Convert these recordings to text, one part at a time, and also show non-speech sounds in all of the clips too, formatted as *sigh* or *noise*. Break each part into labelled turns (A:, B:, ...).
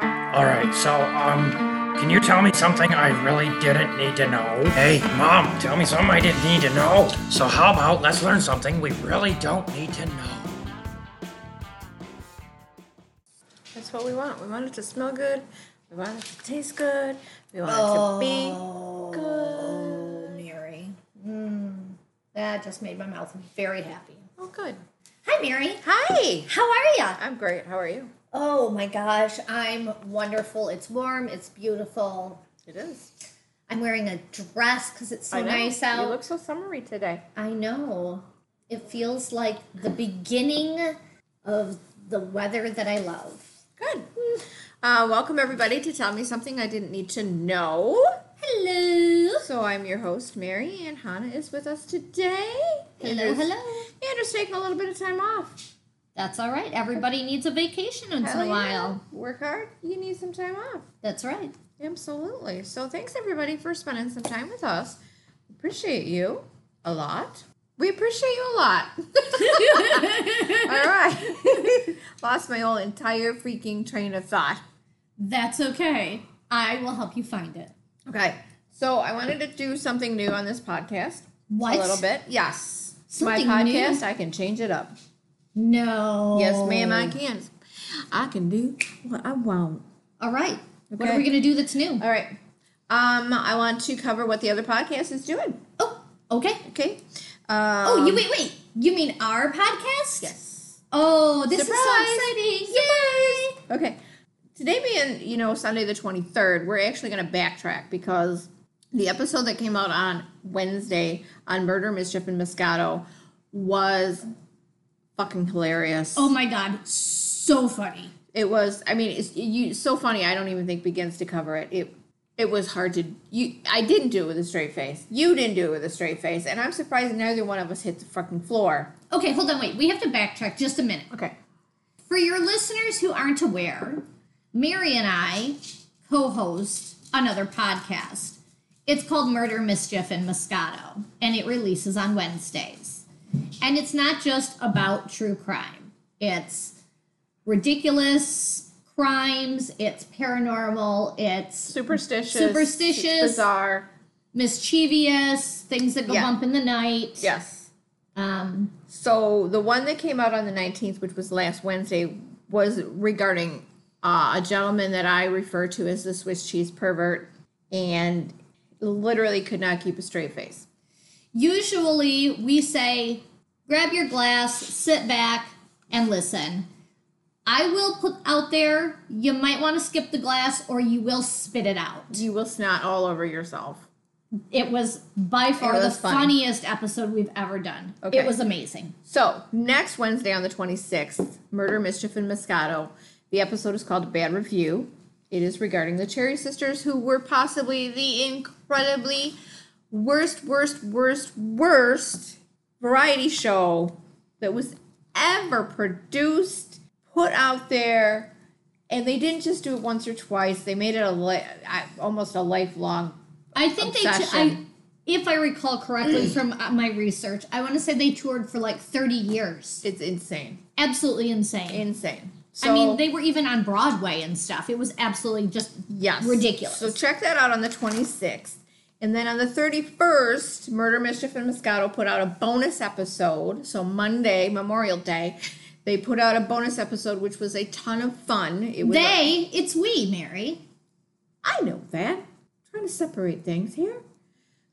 A: All right, so um, can you tell me something I really didn't need to know? Hey, mom, tell me something I didn't need to know. So how about let's learn something we really don't need to know?
B: That's what we want. We want it to smell good. We want it to taste good. We want it to be good.
C: Oh, Mary. Mm, that just made my mouth very happy.
B: Oh, good.
C: Hi, Mary.
B: Hi.
C: How are ya?
B: I'm great. How are you?
C: Oh my gosh, I'm wonderful. It's warm. It's beautiful.
B: It is.
C: I'm wearing a dress because it's so nice out.
B: You look so summery today.
C: I know. It feels like the beginning of the weather that I love.
B: Good. Uh, welcome everybody to tell me something I didn't need to know.
C: Hello.
B: So I'm your host Mary, and Hannah is with us today.
C: Hello, hello.
B: Andrew's taking a little bit of time off.
C: That's all right. Everybody needs a vacation once in
B: Hell
C: a
B: yeah.
C: while.
B: Work hard. You need some time off.
C: That's right.
B: Absolutely. So thanks everybody for spending some time with us. Appreciate you a lot. We appreciate you a lot. *laughs* All right. *laughs* Lost my whole entire freaking train of thought.
C: That's okay. I will help you find it.
B: Okay. So I wanted to do something new on this podcast.
C: What?
B: A little bit. Yes.
C: Something
B: my
C: new?
B: podcast, I can change it up.
C: No.
B: Yes, ma'am,
C: Oh.
B: I can. I can do what I want.
C: All right. What
B: Okay. Uh,
C: are we going to do that's new?
B: All right. Um, I want to cover what the other podcast is doing.
C: Oh, okay.
B: Okay. Um,
C: oh, you wait, wait. You mean our podcast?
B: Yes.
C: Oh, this is
B: Surprise.
C: so exciting. Yay.
B: Okay. Today being, you know, Sunday the 23rd, we're actually going to backtrack because the episode that came out on Wednesday on Murder, Mischief, and Moscato was fucking hilarious.
C: Oh my god, so funny.
B: It was, I mean, it's you, so funny, I don't even think begins to cover it. It it was hard to you I didn't do it with a straight face. You didn't do it with a straight face, and I'm surprised neither one of us hit the fucking floor.
C: Okay, hold on, wait. We have to backtrack just a minute.
B: Okay.
C: For your listeners who aren't aware, Mary and I co host another podcast. It's called Murder, Mischief, and Moscato, and it releases on Wednesdays. And it's not just about true crime, it's ridiculous crimes, it's paranormal, it's
B: Superstitious.
C: Superstitious.
B: Bizarre.
C: mischievous, things that go
B: Yeah.
C: bump in the night.
B: Yes.
C: Um,
B: So the one that came out on the 19th, which was last Wednesday, was regarding uh, a gentleman that I refer to as the Swiss cheese pervert and literally could not keep a straight face.
C: Usually we say, grab your glass, sit back, and listen. I will put out there, you might want to skip the glass or you will spit it out.
B: You will snot all over yourself.
C: It was by far
B: It
C: the
B: was funny.
C: funniest episode we've ever done.
B: Okay.
C: It was amazing.
B: So next Wednesday on the 26th, Murder, Mischief, and Moscato. The episode is called Bad Review. It is regarding the Cherry Sisters, who were possibly the incredibly worst, worst, worst, worst variety show that was ever produced, put out there. And they didn't just do it once or twice. They made it a li- I- almost a lifelong.
C: I think they, t- I,
B: Obsession.
C: if I recall
B: *clears throat*
C: correctly from uh, my research, I want to say they toured for like 30 years.
B: It's insane,
C: Absolutely insane.
B: insane. So,
C: I mean, they were even on Broadway and stuff. It was absolutely just
B: Yes.
C: ridiculous.
B: So check that out on the 26th. And then on the 31st, Murder, Mischief, and Moscato put out a bonus episode. So Monday, Memorial Day, they put out a bonus episode, which was a ton of fun. It was a-
C: They, it's we, Mary.
B: I know that. trying to separate things here.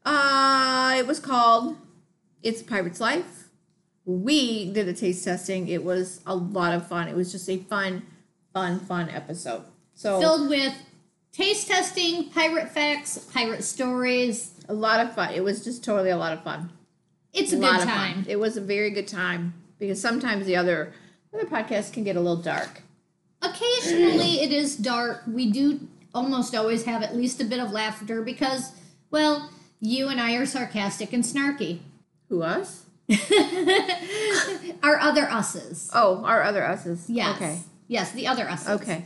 B: Uh, it was called It's a Pirate's Life. We did a taste testing. It was a lot of fun. It was just a fun, fun, fun episode. So
C: Filled with taste testing, pirate facts, pirate stories.
B: a lot of fun. It was just totally a lot of fun.
C: It's a
B: lot
C: good
B: of fun.
C: time.
B: It was a very good time because sometimes the other other podcasts can get a little dark.
C: Occasionally it is dark. We do almost always have at least a bit of laughter because, well, you and I are sarcastic and snarky.
B: Who us?
C: Our other us's.
B: Oh, our other us's.
C: Yes.
B: Okay.
C: Yes, the other us's.
B: Okay.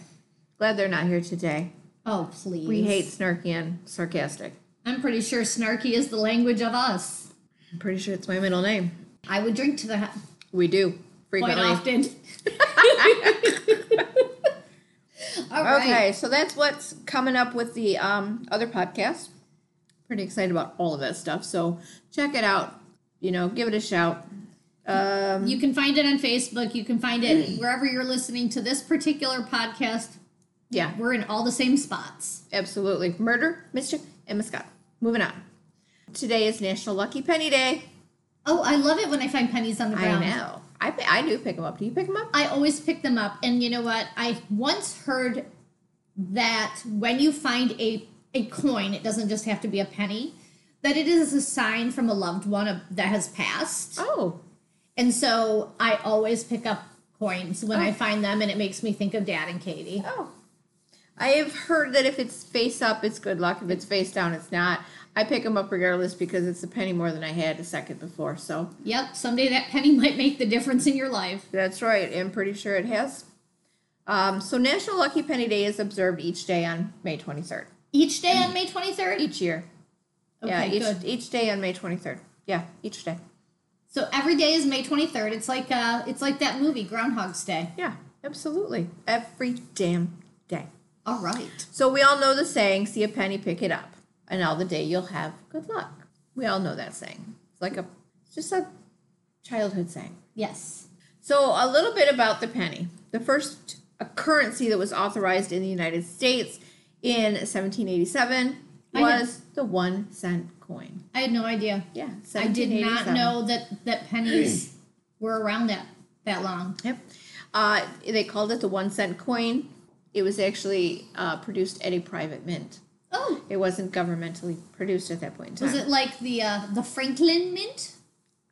B: Glad they're not here today.
C: Oh, please.
B: We hate snarky and sarcastic.
C: I'm pretty sure snarky is the language of us.
B: I'm pretty sure it's my middle name.
C: I would drink to that
B: We do
C: quite
B: frequently.
C: often. *laughs* All right.
B: *laughs* Okay, so that's what's coming up with the um, other podcast. Pretty excited about all of that stuff. So check it out. You know, give it a shout. Um,
C: You can find it on Facebook. You can find it wherever you're listening to this particular podcast.
B: yeah,
C: We're in all the same spots.
B: absolutely. Murder, mischief, and Moscato. Moving on. Today is National Lucky Penny Day.
C: Oh, I love it when I find pennies on the
B: I
C: ground.
B: know. I, pi- I do pick them up. Do you pick them up?
C: I always pick them up. And you know what? I once heard that when you find a, a coin, it doesn't just have to be a penny, that it is a sign from a loved one of, that has passed.
B: Oh,
C: And so I always pick up coins when I find them, and it makes me think of Dad and Katie.
B: oh. I have heard that if it's face up, it's good luck. If it's face down, it's not. I pick them up regardless because it's a penny more than I had a second before. So
C: Yep, someday that penny *laughs* might make the difference in your life.
B: That's right. I'm pretty sure it has. Um, so National Lucky Penny Day is observed each day on May 23rd.
C: Each day on May 23rd?
B: Each year. yeah,
C: Okay,
B: each,
C: good.
B: each day on May 23rd. Yeah, each day.
C: So every day is May 23rd. It's like uh, it's like that movie Groundhog's Day.
B: Yeah, absolutely. Every damn day.
C: All right.
B: So we all know the saying, see a penny, pick it up. And all the day you'll have good luck. We all know that saying. It's like a, it's just a childhood saying.
C: Yes.
B: So, a little bit about the penny. The first uh, currency that was authorized in the United States in 1787
C: I had-
B: was the one cent coin.
C: I had no idea.
B: Yeah,
C: I did not
B: 1787.
C: know that that pennies were around that that long.
B: Yep. Uh, they called it the one cent coin. It was actually uh, produced at a private mint.
C: Oh,
B: It wasn't governmentally produced at that point in time.
C: was it like the uh, the Franklin Mint,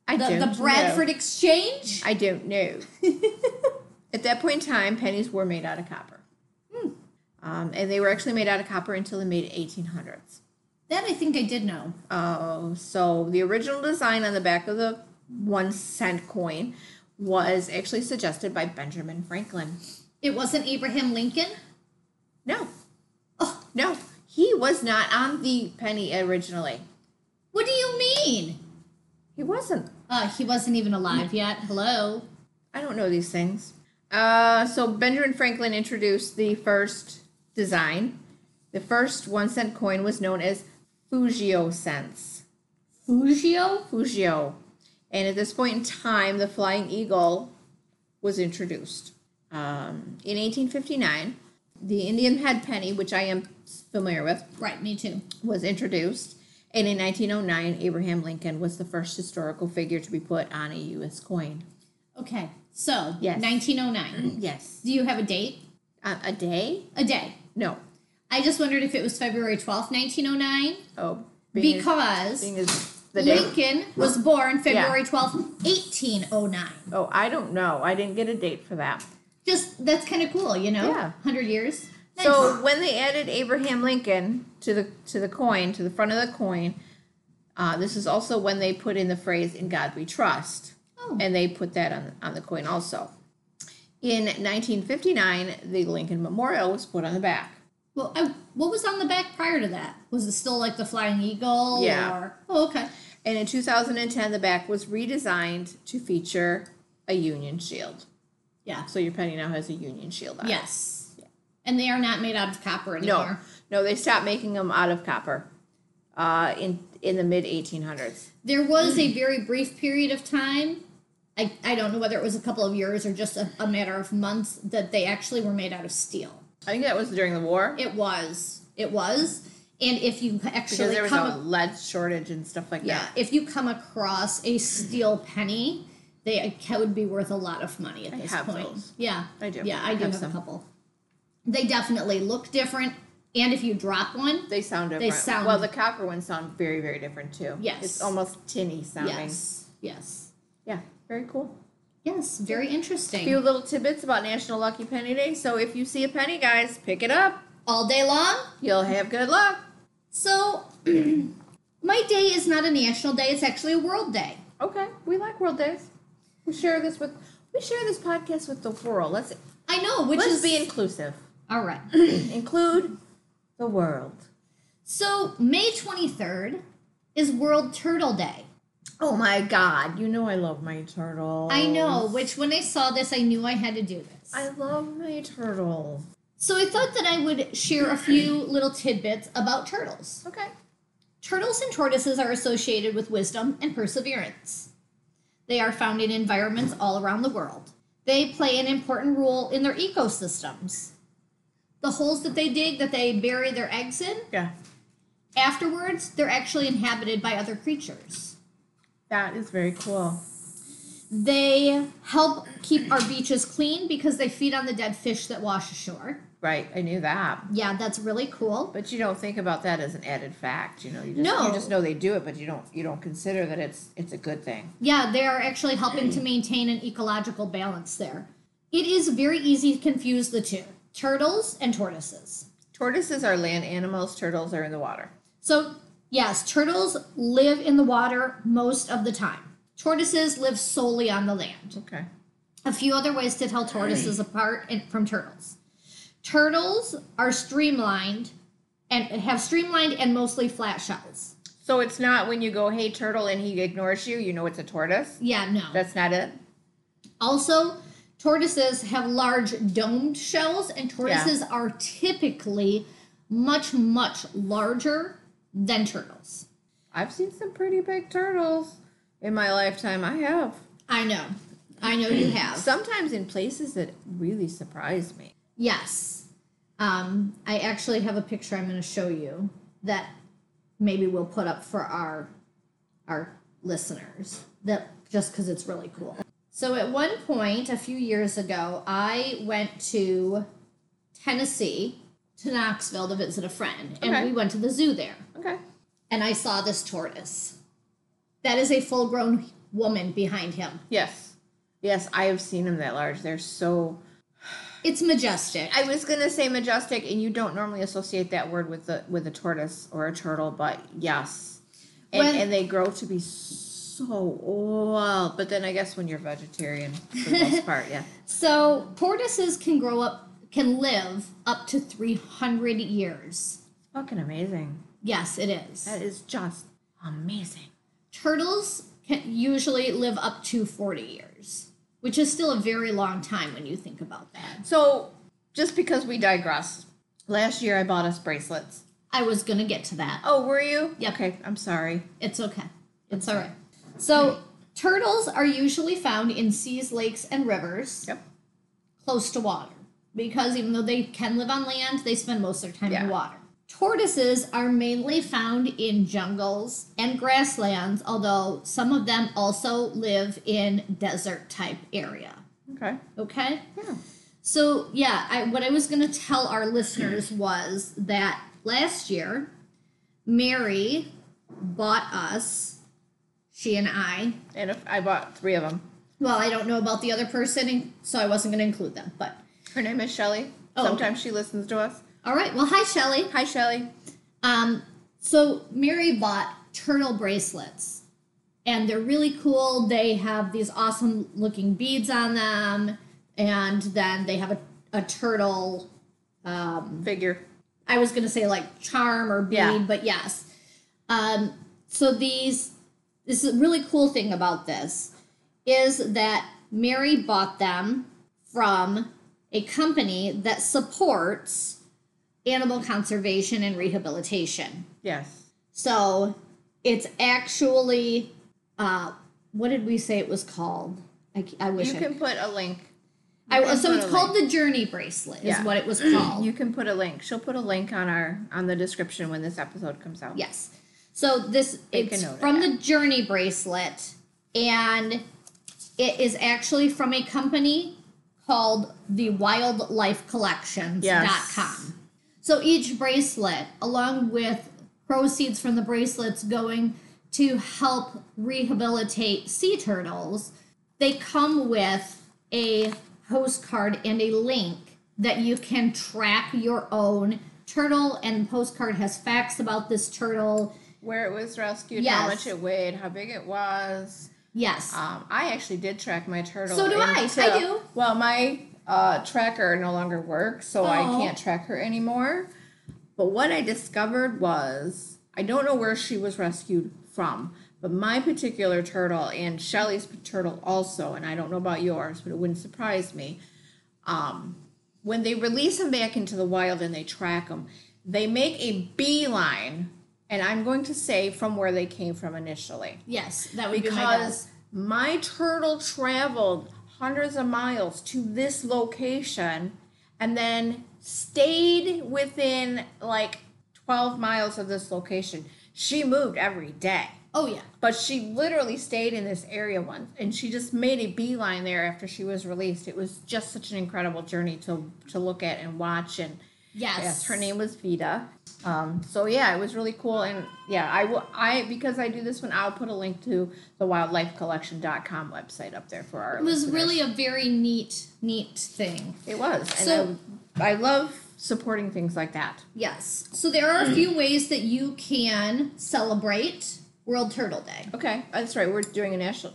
B: I
C: the,
B: don't
C: the Bradford
B: Know.
C: Exchange?
B: I don't know.
C: *laughs*
B: at that point in time, pennies were made out of copper.
C: Hmm.
B: Um, and they were actually made out of copper until the mid 1800s.
C: That I think I did know.
B: Oh, so the original design on the back of the one cent coin was actually suggested by Benjamin Franklin.
C: It wasn't Abraham Lincoln.
B: No. Oh, no. He was not on the penny originally.
C: What do you mean?
B: He wasn't.
C: Uh, he wasn't even alive yet. Hello.
B: I don't know these things. Uh, so Benjamin Franklin introduced the first design. The first one cent coin was known as Fugio cents.
C: Fugio.
B: Fugio. And at this point in time, the flying eagle was introduced. Um, in 1859, the Indian head penny, which I am familiar with,
C: Right. Me too.
B: was introduced. And in 1909, Abraham Lincoln was the first historical figure to be put on a U.S. coin.
C: Okay. So
B: Yes.
C: 1909.
B: Yes.
C: Do you have a date?
B: Uh, a day?
C: A day.
B: No.
C: I just wondered if it was February 12th, 1909,
B: Oh, being as-
C: because
B: being as the day.
C: Lincoln was born February 12th, 1809.
B: Oh, I don't know. I didn't get a date for that.
C: Just that's kind of cool, you know?
B: Yeah.
C: 100 years. Nice.
B: So when they added Abraham Lincoln to the to the coin to the front of the coin, uh, this is also when they put in the phrase "In God We Trust,"
C: Oh.
B: and they put that on on the coin also. In 1959, the Lincoln Memorial was put on the back.
C: well, I, what was on the back prior to that? Was it still like the flying eagle
B: Yeah.
C: or Oh, okay.
B: And in 2010, the back was redesigned to feature a Union shield.
C: Yeah.
B: So your penny now has a Union shield on it.
C: Yes. And they are not made out of copper
B: No,
C: anymore.
B: no, they stopped making them out of copper uh, in in the mid 1800s.
C: There was a very brief period of time. I, I don't know whether it was a couple of years or just a, a matter of months that they actually were made out of steel.
B: I think that was during the war
C: It was. It was. And if you
B: because
C: actually
B: there was
C: come,
B: a lead shortage and stuff like
C: yeah,
B: that.
C: if you come across a steel penny, they ca- would be worth a lot of money at this
B: have
C: point.
B: those.
C: Yeah,
B: I do.
C: Yeah, I
B: I
C: do
B: have
C: have,
B: some.
C: a couple. They definitely look different, and if you drop one,
B: They sound
C: They
B: different.
C: sound-
B: well, the copper ones sound very, very different too.
C: Yes.
B: it's almost tinny sounding.
C: yes, yes,
B: Yeah, very cool.
C: yes, very interesting.
B: few little tidbits about National Lucky Penny Day. So if you see a penny, guys, pick it up.
C: All day long.
B: You'll have good luck.
C: So, *clears throat* my day is not a national day; it's actually a world day.
B: Okay, we like World Days. We share this with we share this podcast with the world. Let's
C: I know, which
B: let's
C: is
B: be inclusive.
C: all right. *laughs*
B: include the world.
C: So May twenty third is World Turtle Day.
B: Oh my God! You know I love my turtles.
C: I know, which when I saw this, I knew I had to do this.
B: I love my turtles.
C: So I thought that I would share a few little tidbits about turtles.
B: Okay.
C: Turtles and tortoises are associated with wisdom and perseverance. They are found in environments all around the world. They play an important role in their ecosystems. The holes that they dig, that they bury their eggs in,
B: Yeah.
C: afterwards, they're actually inhabited by other creatures.
B: That is very cool.
C: They help keep our beaches clean because they feed on the dead fish that wash ashore.
B: Right. I knew that.
C: Yeah, that's really cool.
B: But you don't think about that as an added fact, you know. You just,
C: No.
B: you just know they do it, but you don't you don't consider that it's it's a good thing.
C: Yeah, they are actually helping to maintain an ecological balance there. It is very easy to confuse the two turtles and tortoises.
B: Tortoises are land animals. Turtles are in the water.
C: So, yes, turtles live in the water most of the time. Tortoises live solely on the land.
B: Okay.
C: A few other ways to tell tortoises apart and- from turtles. Turtles are streamlined and have streamlined and mostly flat shells.
B: So it's not when you go, "Hey turtle," and he ignores you. You know it's a tortoise.
C: Yeah, no.
B: That's not it.
C: Also, tortoises have large domed shells, and tortoises are typically much, much larger than turtles.
B: I've seen some pretty big turtles in my lifetime. I have.
C: I know. I know you have.
B: Sometimes in places that really surprised me.
C: Yes. Um, I actually have a picture I'm going to show you that maybe we'll put up for our our listeners that just cuz it's really cool. So at one point a few years ago, I went to Tennessee to Knoxville to visit a friend and
B: Okay.
C: we went to the zoo there
B: Okay.
C: and I saw this tortoise. That is a full-grown woman behind him.
B: Yes. Yes, I have seen them that large. They're so
C: It's majestic.
B: I was gonna say majestic, and you don't normally associate that word with the with a tortoise or a turtle, but yes, and,
C: When-
B: and they grow to be so old. But then I guess when you're vegetarian, for the most part, *laughs* yeah,
C: So tortoises can grow up, can live up to 300 years.
B: fucking amazing.
C: Yes, it is.
B: That is just amazing.
C: Turtles can usually live up to 40 years, which is still a very long time when you think about that.
B: So, just because we digress, last year I bought us bracelets.
C: I was gonna get to that.
B: Oh, were you?
C: Yep.
B: Okay, I'm sorry.
C: It's okay. It's all right. So turtles are usually found in seas, lakes, and rivers
B: Yep.
C: close to water because even though they can live on land, they spend most of their time
B: Yeah.
C: in water. Tortoises are mainly found in jungles and grasslands, although some of them also live in desert type area.
B: Okay.
C: Okay?
B: Yeah.
C: So, yeah, I, what I was going to tell our listeners was that last year, Mary bought us, she and I,
B: And if I bought three of them.
C: well, I don't know about the other person, and so I wasn't going to include them, but
B: Her name is Shelly.
C: Oh, okay.
B: Sometimes she listens to us.
C: all right. Well, hi, Shelly.
B: Hi, Shelly.
C: Um, so Mary bought turtle bracelets, and they're really cool. They have these awesome looking beads on them, and then they have a, a turtle. Um,
B: Figure.
C: I was gonna say like charm or bead,
B: Yeah.
C: but yes. Um, so these, this is a really cool thing about this is that Mary bought them from a company that supports animal conservation and rehabilitation.
B: Yes.
C: So it's actually, uh, what did we say it was called? I, c- I wish
B: You
C: I,
B: can put a link.
C: I-
B: can
C: so
B: put
C: it's
B: a
C: called the Journey Bracelet, is
B: Yeah.
C: what it was
B: *clears throat*
C: called.
B: You can put a link. She'll put a link on our on the description when this episode comes out.
C: yes. So this
B: Make a
C: it's
B: note of
C: from
B: that.
C: the Journey Bracelet, and it is actually from a company called the WildlifeCollections.com.
B: Yes.
C: So each bracelet, along with proceeds from the bracelets going to help rehabilitate sea turtles, they come with a postcard and a link that you can track your own turtle and the postcard has facts about this turtle.
B: Where it was rescued, how
C: Yes.
B: much it weighed, how big it was.
C: Yes.
B: Um, I actually did track my turtle.
C: So do I. I
B: until-
C: do.
B: Well, my uh, tracker no longer works, so I
C: Oh.
B: can't track her anymore. But what I discovered was I don't know where she was rescued from, but my particular turtle and Shelly's turtle also, and I don't know about yours, but it wouldn't surprise me. Um, when they release them back into the wild and they track them, they make a beeline, and I'm going to say from where they came from initially.
C: Yes, that would be my guess.
B: Because my turtle traveled hundreds of miles to this location and then stayed within like 12 miles of this location. She moved every day.
C: Oh yeah.
B: But she literally stayed in this area once, and she just made a beeline there after she was released. It was just such an incredible journey to to look at and watch. And
C: Yes.
B: yes, her name was Vita. Um, so yeah, it was really cool. And yeah, I will. I because I do this one, I'll put a link to the wildlifecollection.com website up there for our.
C: It was really a very neat, neat thing.
B: It was.
C: So-
B: and I, I love supporting things like that.
C: Yes. So there are
B: Mm.
C: a few ways that you can celebrate World Turtle Day.
B: Okay, Uh, that's right. We're doing a national.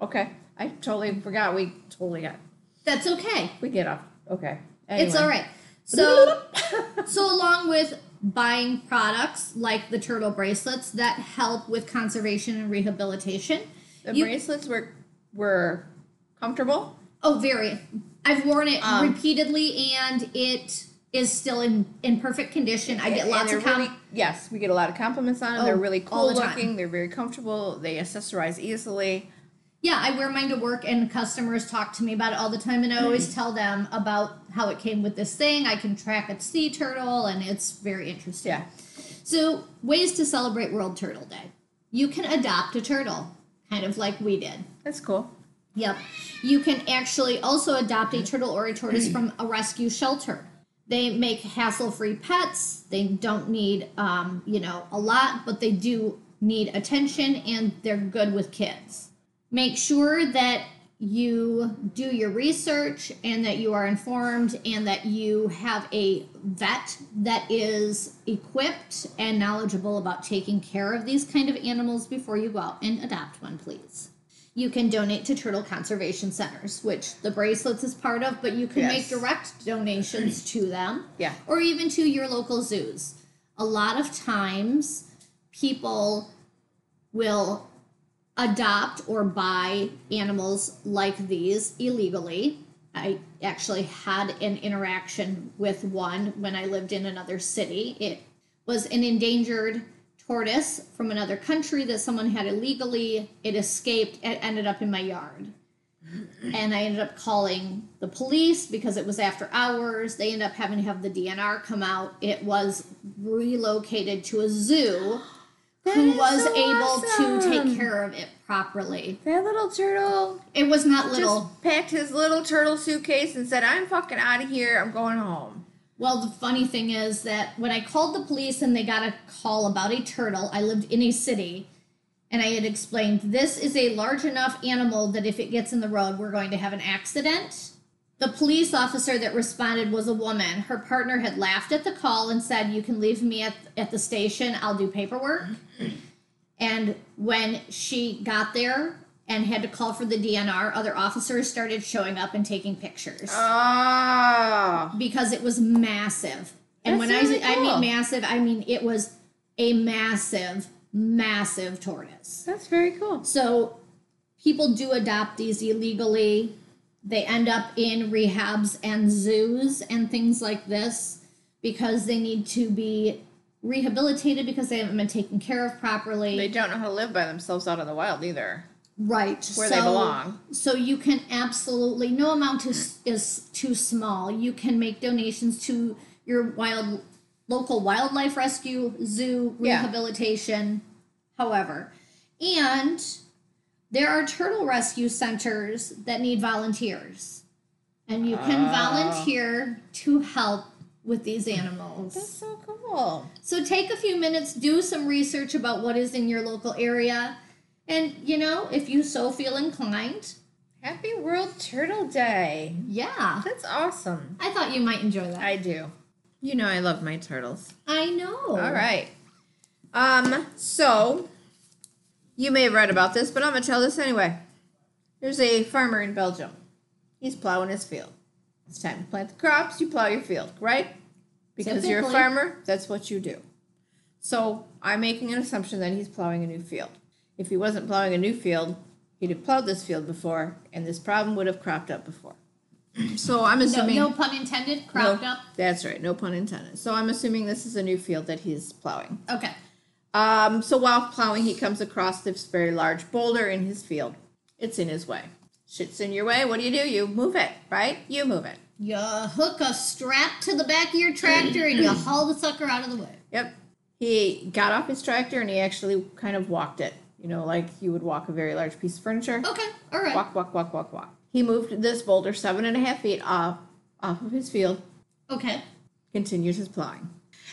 B: Okay, I totally forgot. We totally got.
C: That's okay.
B: We get off. Okay.
C: It's all right. So, so along with buying products like the turtle bracelets that help with conservation and rehabilitation,
B: The
C: you-
B: bracelets were were comfortable.
C: oh, very. I've worn it
B: Um,
C: repeatedly, and it is still in in perfect condition. I get
B: And
C: lots
B: they're
C: of com-
B: really, yes, we get a lot of compliments on them. they're
C: Oh,
B: really cool
C: all the time.
B: looking. They're very comfortable. They accessorize easily.
C: Yeah, I wear mine to work, and customers talk to me about it all the time. And I always tell them about how it came with this thing. I can track a sea turtle, and it's very interesting.
B: Yeah.
C: So, ways to celebrate World Turtle Day. You can adopt a turtle, kind of like we did.
B: That's cool.
C: Yep. You can actually also adopt a turtle or a tortoise from a rescue shelter. They make hassle free pets. They don't need, um, you know, a lot, but they do need attention and they're good with kids. Make sure that you do your research and that you are informed and that you have a vet that is equipped and knowledgeable about taking care of these kind of animals before you go out and adopt one, please you can donate to turtle conservation centers which the bracelets is part of but you can
B: Yes.
C: make direct donations to them
B: Yeah.
C: or even to your local zoos a lot of times people will adopt or buy animals like these illegally i actually had an interaction with one when i lived in another city it was an endangered tortoise from another country that someone had illegally. It escaped and ended up in my yard. And I ended up calling the police because it was after hours. They ended up having to have the DNR come out. It was relocated to a zoo who
B: is
C: was
B: so
C: able to
B: awesome.
C: take care of it properly.
B: That little turtle
C: It was not little.
B: just packed his little turtle suitcase and said, "I'm fucking out of here. I'm going home."
C: Well, the funny thing is that when I called the police and they got a call about a turtle, I lived in a city and I had explained this is a large enough animal that if it gets in the road, we're going to have an accident. The police officer that responded was a woman. Her partner had laughed at the call and said, You can leave me at, at the station, I'll do paperwork. And when she got there and had to call for the DNR, other officers started showing up and taking pictures
B: Oh,
C: because it was massive. And
B: That's
C: when I
B: really
C: say- I
B: cool.
C: mean massive, I mean it was a massive, massive tortoise.
B: that's very cool.
C: So people do adopt these illegally. They end up in rehabs and zoos and things like this because they need to be rehabilitated because they haven't been taken care of properly.
B: They don't know how to live by themselves out in the wild either.
C: Right.
B: where they belong.
C: So you can absolutely no amount is is too small. You can make donations to your wild local wildlife rescue, zoo,
B: Yeah.
C: rehabilitation, however. And there are turtle rescue centers that need volunteers. And you can volunteer to help with these animals.
B: That's so cool.
C: So take a few minutes, do some research about what is in your local area, and you know, if you so feel inclined,
B: Happy World Turtle Day.
C: yeah.
B: That's awesome.
C: I thought you might enjoy that. I,
B: I do. You know I love my turtles.
C: know.
B: All right. Um, so you may have read about this, but I'm gonna tell this anyway. There's a farmer in Belgium. He's plowing his field. It's time to plant the crops, you plow your field, right? Because you're a
C: Typically.
B: farmer, that's what you do. So I'm making an assumption that he's plowing a new field. If he wasn't plowing a new field, he'd have plowed this field before, and this problem would have cropped up before. So I'm
C: No,
B: assuming.
C: no pun intended.
B: no,
C: Cropped up.
B: That's right, no pun intended. So I'm assuming this is a new field that he's plowing.
C: Okay.
B: Um, so while plowing, he comes across this very large boulder in his field. It's in his way. Shit's in your way. What do you do? You move it, right? You move it.
C: You hook a strap to the back of your tractor
B: *clears throat*
C: and you haul the sucker out of the way.
B: Yep. He got off his tractor and he actually kind of walked it. You know, like you would walk a very large piece of furniture.
C: Okay. All right.
B: Walk, walk, walk, walk, walk. He moved this boulder seven and a half feet off off of his field,
C: Okay. *gasps*
B: continues his plowing.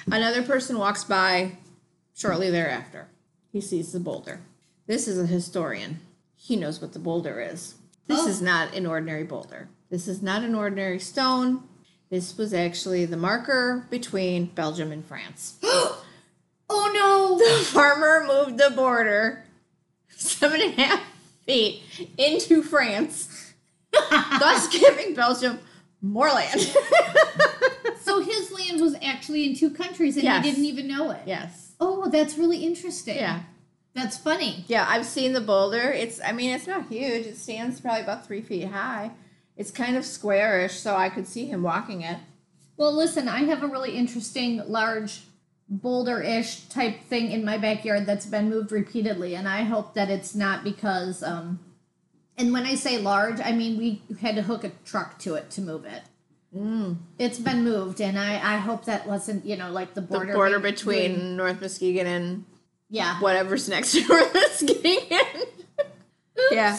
B: Another person walks by shortly thereafter. He sees the boulder. This is a historian. He knows what the boulder is. This
C: Oh.
B: is not an ordinary boulder. This is not an ordinary stone. This was actually the marker between Belgium and France.
C: Oh no.
B: *laughs* The farmer moved the border seven and a half feet into
C: *laughs*
B: France, thus giving Belgium more land.
C: *laughs* So his land was actually in two countries and
B: Yes.
C: he didn't even know it.
B: yes.
C: Oh, that's really interesting.
B: Yeah.
C: That's funny.
B: Yeah, I've seen the boulder. It's, I mean, it's not huge. It stands probably about three feet high. It's kind of squarish, so I could see him walking it.
C: Well, listen, I have a really interesting large boulder-ish type thing in my backyard that's been moved repeatedly and I hope that it's not because um and when I say large, I mean we had to hook a truck to it to move it.
B: Mm.
C: It's been moved and I I hope that wasn't, you know, like the
B: The
C: border
B: border,
C: be-
B: between North Muskegon and
C: Yeah.
B: whatever's next to *laughs* North Muskegon. *laughs* Yeah.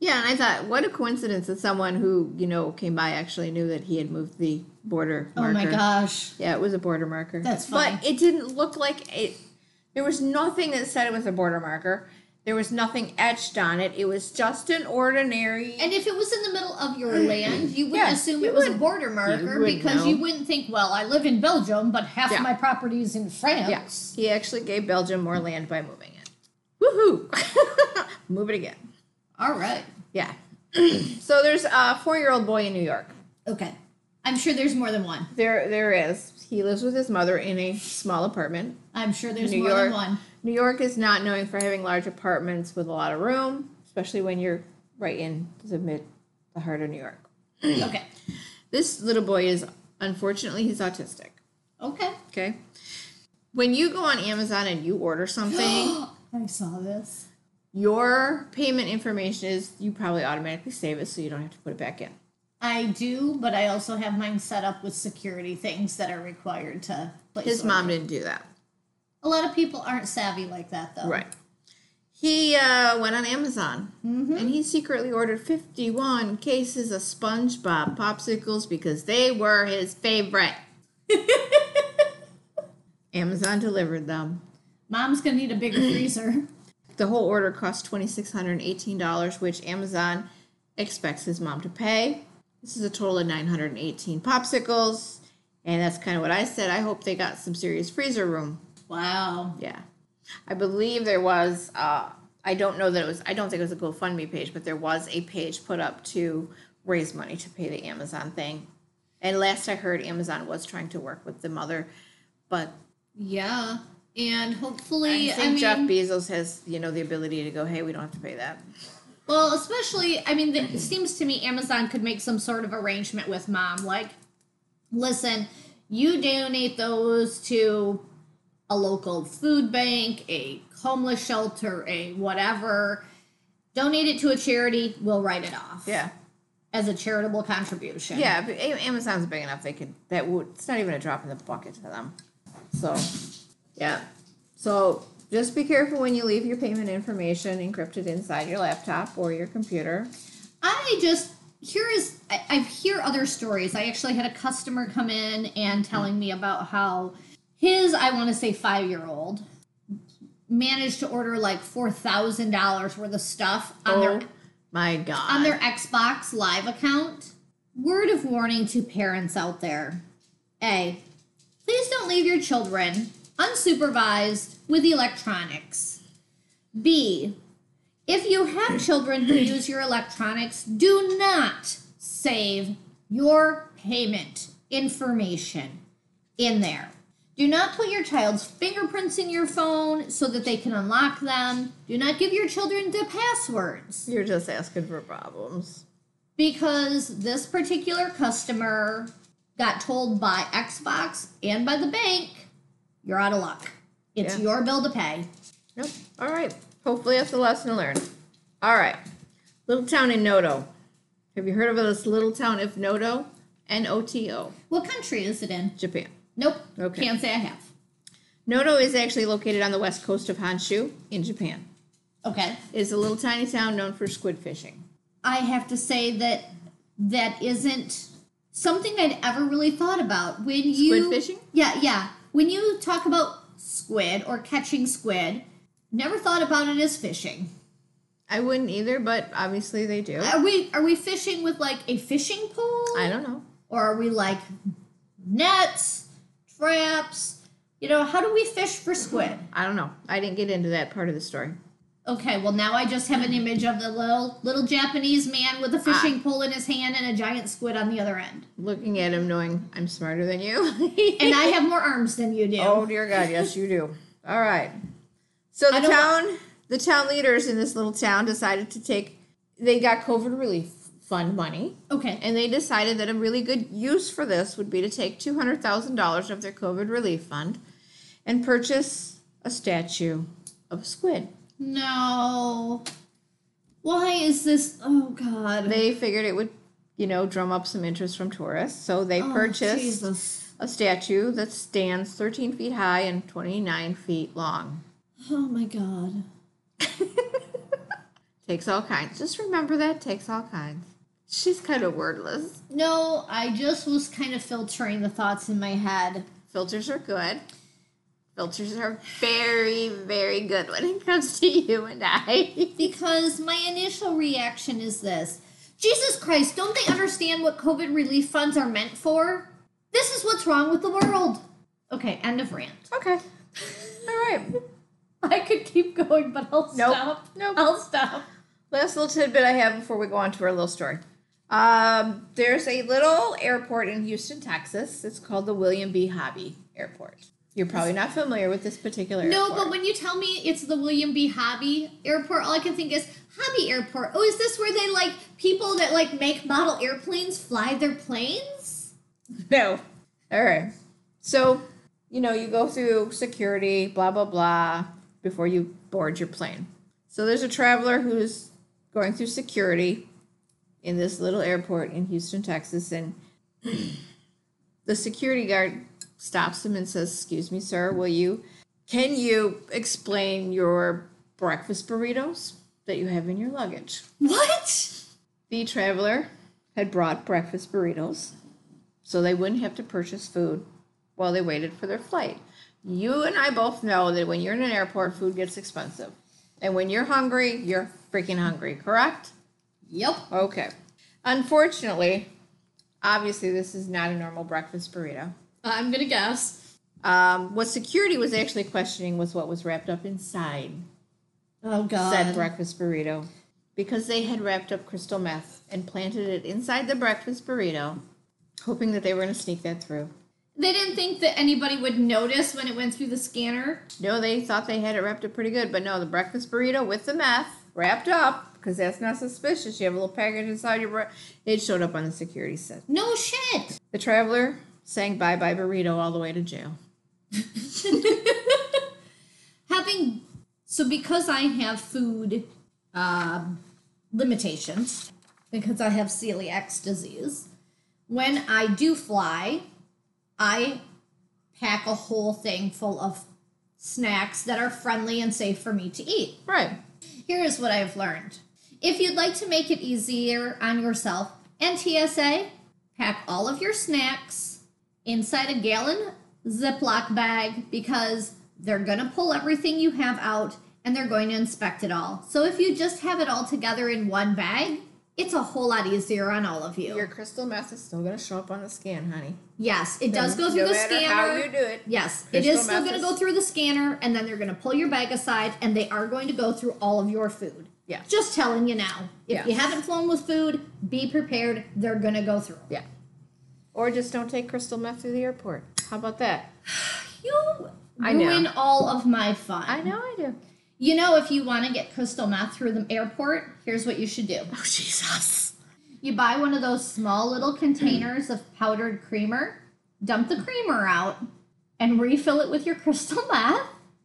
B: Yeah, and I thought, what a coincidence that someone who, you know, came by actually knew that he had moved the border
C: Oh
B: marker.
C: my gosh.
B: Yeah, it was a border marker.
C: That's
B: But it didn't look like it. There was nothing that said it was a border marker. There was nothing etched on it. It was just an ordinary.
C: And if it was in the middle of your land, you wouldn't
B: Mm. Yeah,
C: assume
B: you
C: it was a
B: wouldn't-
C: border marker
B: wouldn't
C: because
B: know.
C: you wouldn't think, well, I live in Belgium, but half
B: Yeah.
C: my property is in France.
B: yes, he actually gave Belgium more land by moving it. Woohoo! *laughs* Move it again.
C: All right.
B: Yeah. *clears throat* so there's a four-year-old boy in New York.
C: Okay. I'm sure there's more than one.
B: There, there is. He lives with his mother in a small apartment.
C: I'm sure there's
B: New
C: more than
B: York. *clears throat*
C: one.
B: New York is not known for having large apartments with a lot of room, especially when you're right in the mid, the heart of New York.
C: Okay.
B: This little boy is, unfortunately, he's autistic.
C: Okay.
B: Okay. When you go on Amazon and you order
C: *gasps*
B: something,
C: *gasps* I saw this.
B: your payment information is you probably automatically save it so you don't have to put it back in.
C: I do, but I also have mine set up with security things that are required to place.
B: His
C: orders.
B: mom didn't do that.
C: A lot of people aren't savvy like that, though.
B: Right. He uh, went on Amazon and he secretly ordered 51 cases of SpongeBob popsicles because they were his favorite. *laughs* Amazon delivered them.
C: Mom's gonna need
B: *clears throat*
C: a bigger freezer.
B: The whole order cost $2,618, which Amazon expects his mom to pay. This is a total of 918 popsicles. And that's kind of what I said. I hope they got some serious freezer room.
C: Wow.
B: Yeah. I believe there was, uh, I don't know that it was, I don't think it was a GoFundMe page, but there was a page put up to raise money to pay the Amazon thing. And last I heard, Amazon was trying to work with the mother, but
C: Yeah. And
B: I
C: hopefully,
B: think
C: I mean,
B: Jeff Bezos has, you know, the ability to go, hey, we don't have to pay that.
C: Well, especially, I mean, it seems to me Amazon could make some sort of arrangement with mom. Like, listen, you donate those to a local food bank, a homeless shelter, a whatever. Donate it to a charity, we'll write it off
B: Yeah.
C: as a charitable contribution.
B: Yeah, but A- Amazon's big enough they could that would it's not even a drop in the bucket to them. So yeah. So just be careful when you leave your payment information encrypted inside your laptop or your computer.
C: I just here is I, I hear other stories. I actually had a customer come in and telling me about how his I want to say five year old managed to order like four thousand dollars worth of stuff on
B: Oh.
C: their
B: my god.
C: on their Xbox Live account. Word of warning to parents out there: A, please don't leave your children unsupervised with electronics. B, if you have children who use your electronics, do not save your payment information in there. Do not put your child's fingerprints in your phone so that they can unlock them. Do not give your children the passwords.
B: You're just asking for problems.
C: because this particular customer got told by Xbox and by the bank, you're out of luck. It's
B: Yeah.
C: your bill to pay.
B: Nope. All right. Hopefully that's a lesson learned. All right. Little town in Noto. Have you heard of this little town of Noto? N O T O,
C: What country is it in?
B: Japan.
C: Nope.
B: Okay.
C: Can't say I have.
B: Noto is actually located on the west coast of Honshu in Japan.
C: Okay.
B: It's a little tiny town known for squid fishing.
C: I have to say that that isn't something I'd ever really thought about. When you
B: Squid fishing?
C: Yeah, yeah. When you talk about squid or catching squid, never thought about it as fishing.
B: I wouldn't either, but obviously they do.
C: Are we are we fishing with like a fishing pole?
B: I don't know.
C: or are we like nets, traps? You know, how do we fish for squid?
B: I don't know. I didn't get into that part of the story.
C: Okay, well now I just have an image of the little little Japanese man with a fishing
B: Ah.
C: pole in his hand and a giant squid on the other end.
B: Looking at him, knowing I'm smarter than you. *laughs*
C: And I have more arms than you do.
B: Oh dear God, yes you do. All right. So the
C: I don't
B: town, the town leaders in this little town decided to take. They got COVID relief fund money,
C: Okay.
B: and they decided that a really good use for this would be to take two hundred thousand dollars of their COVID relief fund, and purchase a statue of a squid.
C: no. Why is this? Oh God.
B: They figured it would, you know, drum up some interest from tourists, so they
C: Oh,
B: purchased
C: Jesus.
B: a statue that stands thirteen feet high and twenty nine feet long.
C: Oh my God.
B: Takes all kinds. Just remember that takes all kinds. She's kind of wordless.
C: No, I just was kind of filtering the thoughts in my head.
B: Filters are good. Filters are very, very good when it comes to *laughs* you and I.
C: because my initial reaction is this Jesus Christ, don't they understand what COVID relief funds are meant for? This is what's wrong with the world. Okay, end of rant. *laughs*
B: Okay. All right.
C: I could keep going, but I'll
B: Nope.
C: stop.
B: Nope.
C: I'll stop.
B: Last little tidbit I have before we go on to our little story. Um, there's a little airport in Houston, Texas. It's called the William B. Hobby Airport. You're probably not familiar with this particular airport.
C: No, but when you tell me it's the William B. Hobby Airport, all I can think is Hobby Airport. Oh, is this where they like people that like make model airplanes fly their planes?
B: No. All right. So, you know, you go through security, blah, blah, blah, before you board your plane. So there's a traveler who's going through security in this little airport in Houston, Texas, and *clears throat* the security guard stops him and says, Excuse me, sir, will you, can you explain your breakfast burritos that you have in your luggage?
C: What?
B: The traveler had brought breakfast burritos so they wouldn't have to purchase food while they waited for their flight. You and I both know that when you're in an airport, food gets expensive. And when you're hungry, you're freaking hungry, correct?
C: Yep.
B: Okay. Unfortunately, obviously, this is not a normal breakfast burrito.
C: I'm gonna guess.
B: Um, what security was actually questioning was what was wrapped up inside
C: Oh God.
B: said breakfast burrito Um, because they had wrapped up crystal meth and planted it inside the breakfast burrito, hoping that they were going to sneak that through.
C: They didn't think that anybody would notice when it went through the scanner.
B: No, they thought they had it wrapped up pretty good, but no, the breakfast burrito with the meth wrapped up because that's not suspicious. You have a little package inside your bra. It showed up on the security set.
C: No shit.
B: The traveler sang bye bye burrito all the way to jail.
C: Having so because I have food um, limitations because I have celiac disease. When I do fly, I pack a whole thing full of snacks that are friendly and safe for me to eat.
B: Right.
C: Here is what I have learned. If you'd like to make it easier on yourself, NTSA, pack all of your snacks inside a gallon Ziploc bag because they're going to pull everything you have out and they're going to inspect it all. So if you just have it all together in one bag, it's a whole lot easier on all of you.
B: Your crystal meth is still going to show up on the scan, honey.
C: yes, it does go
B: No
C: through the
B: matter
C: scanner.
B: How you do it.
C: Yes, it
B: Crystal
C: is still
B: meth
C: going to
B: is-
C: go through the scanner, and then they're going to pull your bag aside, and they are going to go through all of your food.
B: Yeah.
C: Just telling you now. If
B: Yeah.
C: you haven't flown with food, be prepared. They're going to go through.
B: Yeah. Or just don't take crystal meth through the airport. How about that?
C: You
B: I know.
C: ruin all of my fun.
B: I know I do.
C: You know, if you want to get crystal meth through the airport, here's what you should do.
B: Oh, Jesus.
C: You buy one of those small little containers of powdered creamer, dump the creamer out, and refill it with your crystal meth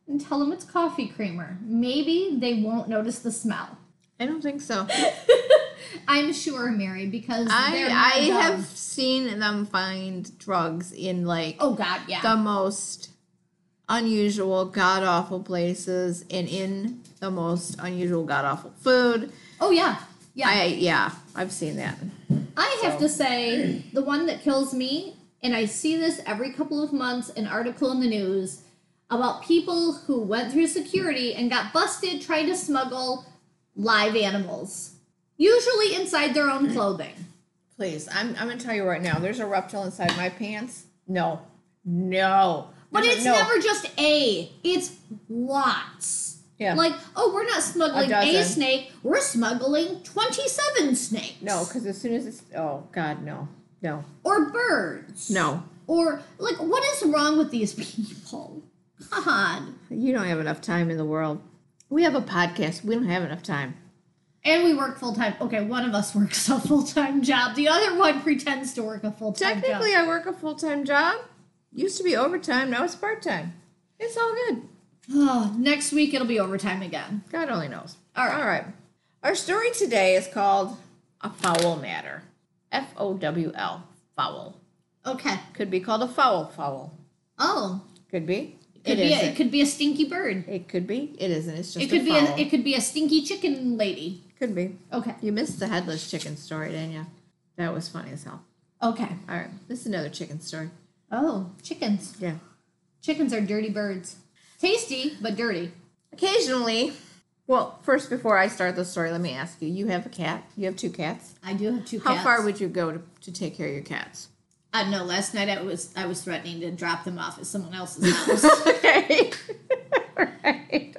C: and tell them it's coffee creamer. Maybe they won't notice the smell.
B: I don't think so.
C: I'm sure, Mary, because
B: I I
C: they're mad dumb.
B: have seen them find drugs in like
C: Oh God, yeah.
B: the most unusual, god awful places and in the most unusual, god awful food.
C: Oh yeah, yeah.
B: I yeah, I've seen that.
C: I have to say, the one that kills me, and I see this every couple of months, an article in the news about people who went through security and got busted trying to smuggle live animals, usually inside their own clothing.
B: Please, I'm I'm gonna tell you right now. There's a reptile inside my pants. No, no.
C: But
B: Never-
C: it's
B: no.
C: never just a, it's lots.
B: Yeah.
C: Like, oh, we're not smuggling a,
B: dozen.
C: snake, we're smuggling 27 snakes.
B: no, because as soon as it's oh god, no, no,
C: Or birds.
B: no.
C: Or, like, what is wrong with these *laughs* people? God.
B: You don't have enough time in the world. We have a podcast. We don't have enough time.
C: And we work full time. Okay, one of us *laughs* works a full time job. The other one pretends to work a full time job.
B: Technically, I work a full time job. Used to be overtime. Now it's part time. It's all good.
C: Oh, next week it'll be overtime again.
B: God only knows.
C: All right.
B: All right. Our story today is called A Foul Matter. F O W L. Foul.
C: Okay.
B: Could be called a foul foul.
C: Oh,
B: Could be.
C: could
B: it
C: be a,
B: isn't.
C: it could be a stinky bird.
B: It could be. It isn't. It's just
C: It could
B: a
C: be
B: foul.
C: a, it could be a stinky chicken lady.
B: could be.
C: Okay.
B: You missed the headless chicken story, didn't you? That was funny as hell.
C: Okay.
B: All right. This is another chicken story.
C: Oh, chickens.
B: Yeah.
C: Chickens are dirty birds. Tasty but dirty.
B: Occasionally, well, first before I start the story, let me ask you: You have a cat. You have two cats.
C: I do have two
B: How
C: cats.
B: far would you go to, to take care of your cats? *laughs*
C: I don't know. Last night I was I was threatening to drop them off at someone *laughs* else's house
B: okay. *laughs* right.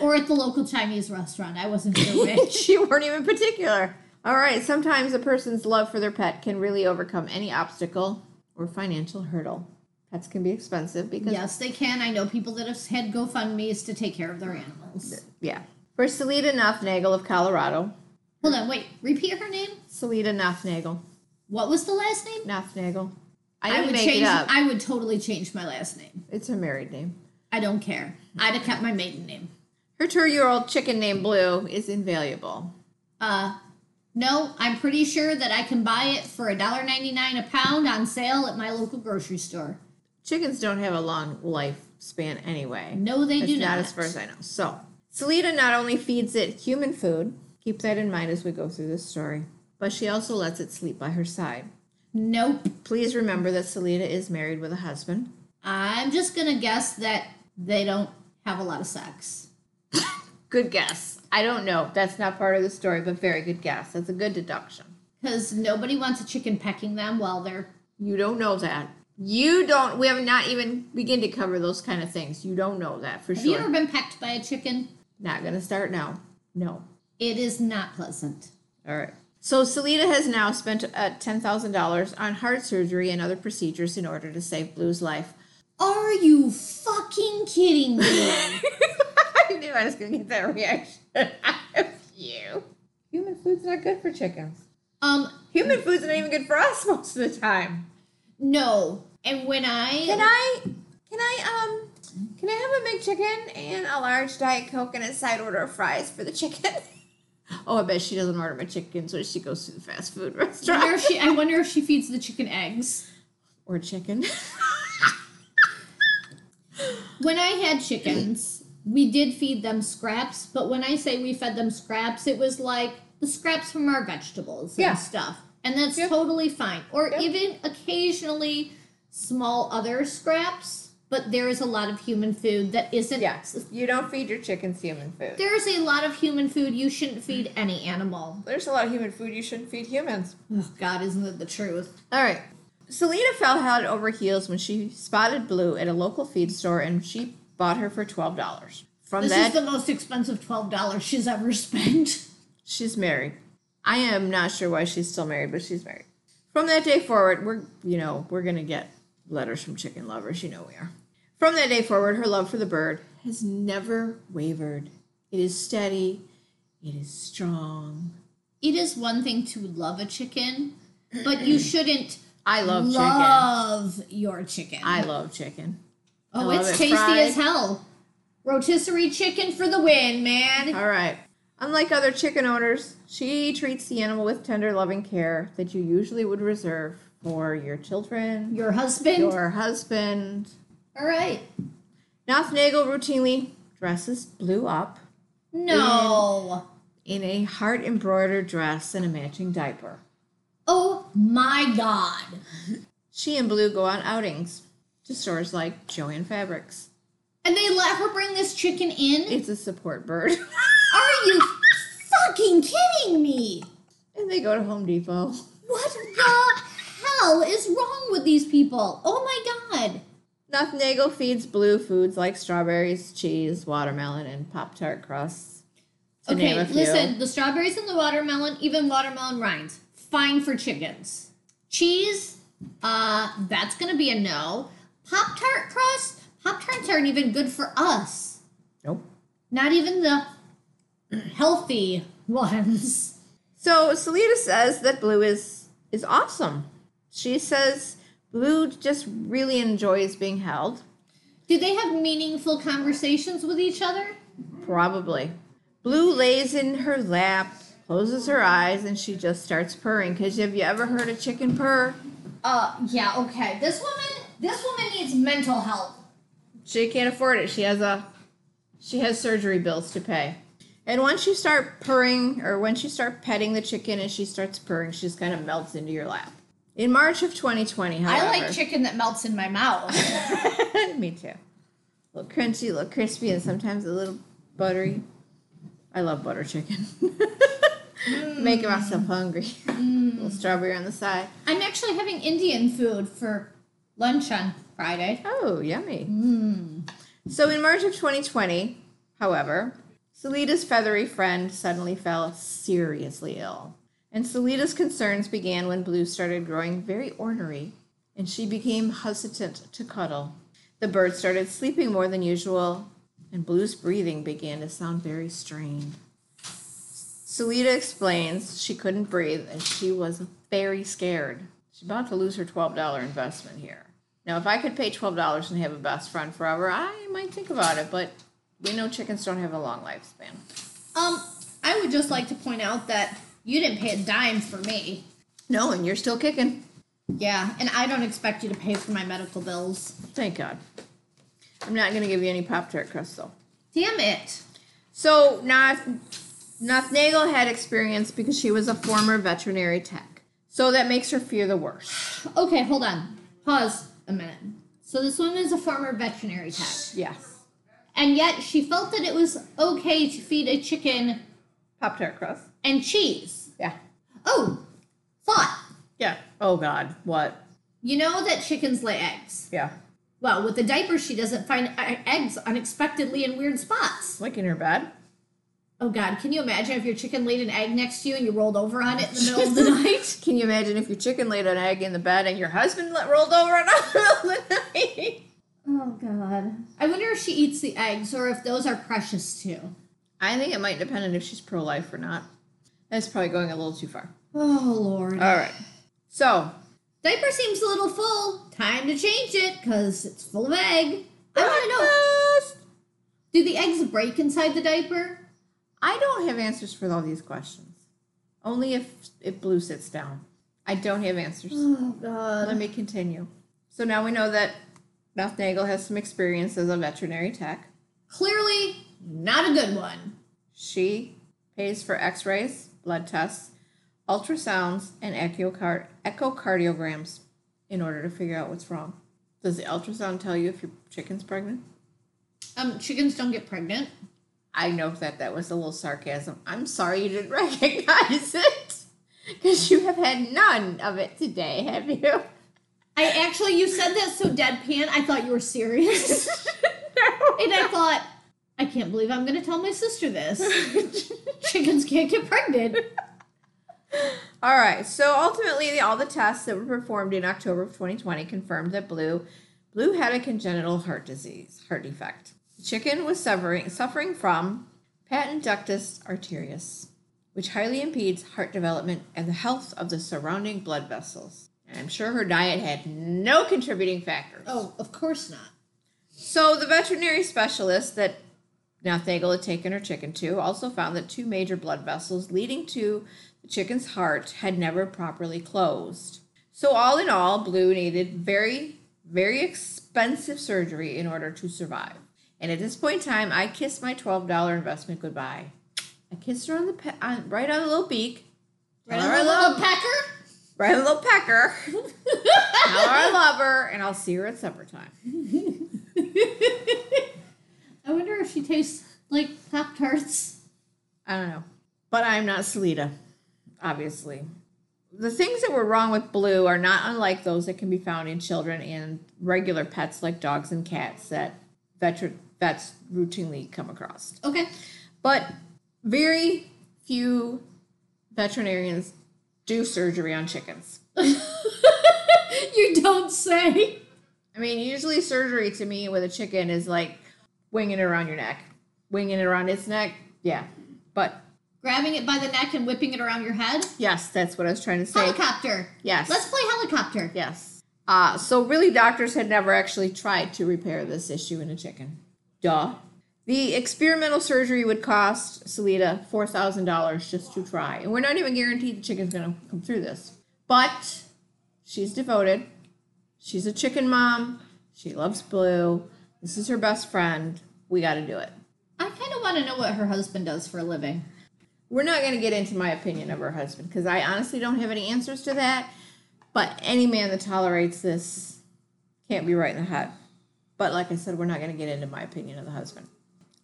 C: or at the local Chinese restaurant. I wasn't sure which.
B: you weren't even particular. All right. Sometimes a person's love for their pet can really overcome any obstacle or financial hurdle. Pets can be expensive because
C: Yes, they can. I know people that have had GoFundMe's to take care of their animals.
B: yeah. For Salida Nafnagel of Colorado,
C: Hold on, wait. Repeat her name.
B: Salida Nafnagel,
C: What was the last name?
B: Nafnagel. I didn't make
C: change.
B: it up.
C: I would totally change my last name.
B: it's her married name.
C: I don't care. I'd have kept my maiden name.
B: Her two-year-old chicken named Blue is invaluable.
C: Uh, no, I'm pretty sure that I can buy it for $1.99 a pound on sale at my local grocery store.
B: Chickens don't have a long lifespan anyway.
C: No, they
B: It's
C: do
B: not,
C: not.
B: as far as I know. So, Salida not only feeds it human food, keep that in mind as we go through this story, but she also lets it sleep by her side.
C: Nope.
B: Please remember that Salida is married with a husband.
C: I'm just gonna guess that they don't have a lot of sex.
B: Good guess. I don't know. That's not part of the story, but very good guess. That's a good deduction.
C: Because nobody wants a chicken pecking them while they're
B: You don't know that. You don't. We have not even begin to cover those kind of things. You don't know that for
C: have you
B: sure.
C: ever been pecked by a chicken?
B: Not going to start now. No.
C: It is not pleasant.
B: All right. So Salida has now spent uh, ten thousand dollars on heart surgery and other procedures in order to save Blue's life. *laughs*
C: Are you fucking kidding me?
B: I knew I was going to get that reaction *laughs* out of you. Human food's not good for chickens.
C: um,
B: Human food's not even good for us most of the time.
C: no. And when I,
B: Can I? Can I? Um. Can I have a big chicken and a large diet coke and a side order of fries for the chicken? *laughs* oh, I bet she doesn't order my chicken, so she goes to the fast food
C: wonder if
B: restaurant
C: she, I wonder if she feeds the chicken eggs.
B: or chicken.
C: When I had chickens, we did feed them scraps, but when I say we fed them scraps, it was like the scraps from our vegetables
B: Yeah.
C: and stuff. And that's
B: Yep.
C: totally fine. Or
B: Yep.
C: even occasionally small other scraps, but there is a lot of human food that
B: *laughs*
C: isn't
B: Yes, you don't feed your chickens human food.
C: There's a lot of human food you shouldn't feed any animal.
B: There's a lot of human food you shouldn't feed humans.
C: Oh, God, isn't that the truth?
B: All right. Selena fell head over heels when she spotted Blue at a local feed store and she bought her for $12. From
C: This
B: that,
C: is the most expensive twelve dollars she's ever spent.
B: she's married. I am not sure why she's still married, but she's married. From that day forward, we're, you know, we're going to get letters from chicken lovers. You know we are. From that day forward, her love for the bird has never wavered. It is steady, it is strong,
C: it is one thing to love a chicken, but *clears throat* you shouldn't
B: I love chicken.
C: love your chicken.
B: I love chicken.
C: oh,
B: love
C: it's
B: it
C: tasty
B: fried.
C: as hell. Rotisserie chicken for the win, man.
B: All right. Unlike other chicken owners, she treats the animal with tender, loving care that you usually would reserve for your children,
C: Your husband.
B: your husband.
C: All right.
B: Nothnagel routinely dresses Blue up
C: No.
B: in a heart embroidered dress and a matching diaper.
C: Oh my god.
B: She and Blue go on outings to stores like Joann Fabrics.
C: And they let her bring this chicken in?
B: It's a support bird. *laughs*
C: Are you fucking kidding me?
B: and they go to Home Depot.
C: What the hell is wrong with these people? Oh my god.
B: Nothnagel feeds Blue foods like strawberries, cheese, watermelon, and Pop Tart crusts. To name
C: Okay,
B: a few.
C: listen, the strawberries and the watermelon, even watermelon rinds, fine for chickens. Cheese, uh, that's gonna be a no. Pop Tart crust, Pop Tarts aren't even good for us.
B: Nope.
C: Not even the *clears throat* healthy ones.
B: So Salita says that Blue is is awesome. She says Blue just really enjoys being held.
C: Do they have meaningful conversations with each other?
B: Probably. Blue lays in her lap, closes her eyes, and she just starts purring. Cause have you ever heard a chicken purr?
C: Uh, yeah, okay. This woman, this woman needs mental health.
B: She can't afford it. She has a she has surgery bills to pay. And once you start purring or once you start petting the chicken and she starts purring, she just kind of melts into your lap. In March of 2020, however,
C: I like chicken that melts in my mouth.
B: *laughs* Me too. A little crunchy, a little crispy, and sometimes a little buttery. I love butter chicken. *laughs* Making myself hungry. *laughs* A little strawberry on the side.
C: I'm actually having Indian food for lunch on Friday.
B: Oh, yummy. Hmm. So in March of 2020, however, Selena's feathery friend suddenly fell seriously ill. And Selena's concerns began when Blue started growing very ornery and she became hesitant to cuddle. The bird started sleeping more than usual, and Blue's breathing began to sound very strained. Selena explains she couldn't breathe and she was very scared. She's about to lose her $12 investment here. Now, if I could pay $12 and have a best friend forever, I might think about it, but we know chickens don't have a long lifespan.
C: Um, I would just like to point out that you didn't pay a dime for me.
B: No, and you're still kicking.
C: Yeah, and I don't expect you to pay for my medical bills.
B: Thank God. I'm not going to give you any Pop Tart crust, though.
C: Damn it.
B: So Nath- Nathnagel had experience because she was a former veterinary tech. So that makes her fear the worst.
C: Okay, hold on. Pause a minute. So this woman is a former veterinary tech,
B: Yes.
C: and yet she felt that it was okay to feed a chicken
B: Pop Tart crust.
C: and cheese.
B: Yeah.
C: Oh, thought.
B: Yeah. Oh God. What?
C: You know that chickens lay eggs.
B: Yeah.
C: Well, with the diaper, she doesn't find uh, eggs unexpectedly in weird spots.
B: Like in her bed.
C: Oh God, can you imagine if your chicken laid an egg next to you and you rolled over on it in the middle of the night?
B: *laughs* Can you imagine if your chicken laid an egg in the bed and your husband let, rolled over in the *laughs* middle of the night?
C: *laughs* Oh God. I wonder if she eats the eggs or if those are precious too.
B: I think it might depend on if she's pro life or not. That's probably going a little too far.
C: Oh Lord.
B: All right. So
C: Diaper seems a little full. Time to change it because it's full of egg. I want to know
B: Breakfast!
C: do the eggs break inside the diaper?
B: I don't have answers for all these questions. Only if if Blue sits down. I don't have answers.
C: Oh God.
B: Let me continue. So now we know that Beth Nagel has some experience as a veterinary tech.
C: Clearly, not a good one.
B: She pays for x rays, blood tests, ultrasounds, and echocar- echocardiograms in order to figure out what's wrong. Does the ultrasound tell you if your chicken's pregnant?
C: Um, chickens don't get pregnant.
B: I know that that was a little sarcasm. I'm sorry you didn't *laughs* recognize it. Because you have had none of it today, have you?
C: I actually, you said that so deadpan, I thought you were serious. and I thought, I can't believe I'm going to tell my sister this. Chickens can't get pregnant.
B: All right. So ultimately, the, all the tests that were performed in October of 2020 confirmed that Blue, Blue had a congenital heart disease, heart defect. The chicken was suffering suffering from patent ductus arterius, which highly impedes heart development and the health of the surrounding blood vessels. And I'm sure her diet had no contributing factors.
C: Oh, of course not.
B: So the veterinary specialist that Nathaniel had taken her chicken to also found that two major blood vessels leading to the chicken's heart had never properly closed. So all in all, Blue needed very, very expensive surgery in order to survive. And at this point in time, I kissed my twelve dollar investment goodbye. I kissed her on the pe- on, right on the little beak,
C: Right
B: All
C: on
B: right,
C: the little
B: love.
C: pecker?
B: right on the little pecker. *laughs* Tell her I love her, and I'll see her at supper time.
C: I wonder if she tastes like Pop Tarts.
B: I don't know. But I'm not Salita, obviously. The things that were wrong with Blue are not unlike those that can be found in children and regular pets like dogs and cats that veter- vets routinely come across.
C: Okay. *laughs*
B: But very few veterinarians do surgery on chickens.
C: You don't say.
B: I mean, usually surgery to me with a chicken is like winging it around your neck, winging it around its neck. Yeah. But
C: Grabbing it by the neck and whipping it around your head?
B: yes, that's what I was trying to say.
C: Helicopter.
B: Yes.
C: Let's play helicopter.
B: Yes. Uh, so really, doctors had never actually tried to repair this issue in a chicken. Duh. The experimental surgery would cost Salita four thousand dollars just to try, and we're not even guaranteed the chicken's going to come through this. But she's devoted. She's a chicken mom. She loves Blue. This is her best friend. We got to do it.
C: I kind of want to know what her husband does for a living.
B: We're not going to get into my opinion of her husband because I honestly don't have any answers to that. But any man that tolerates this can't be right in the head. But like I said, we're not going to get into my opinion of the husband.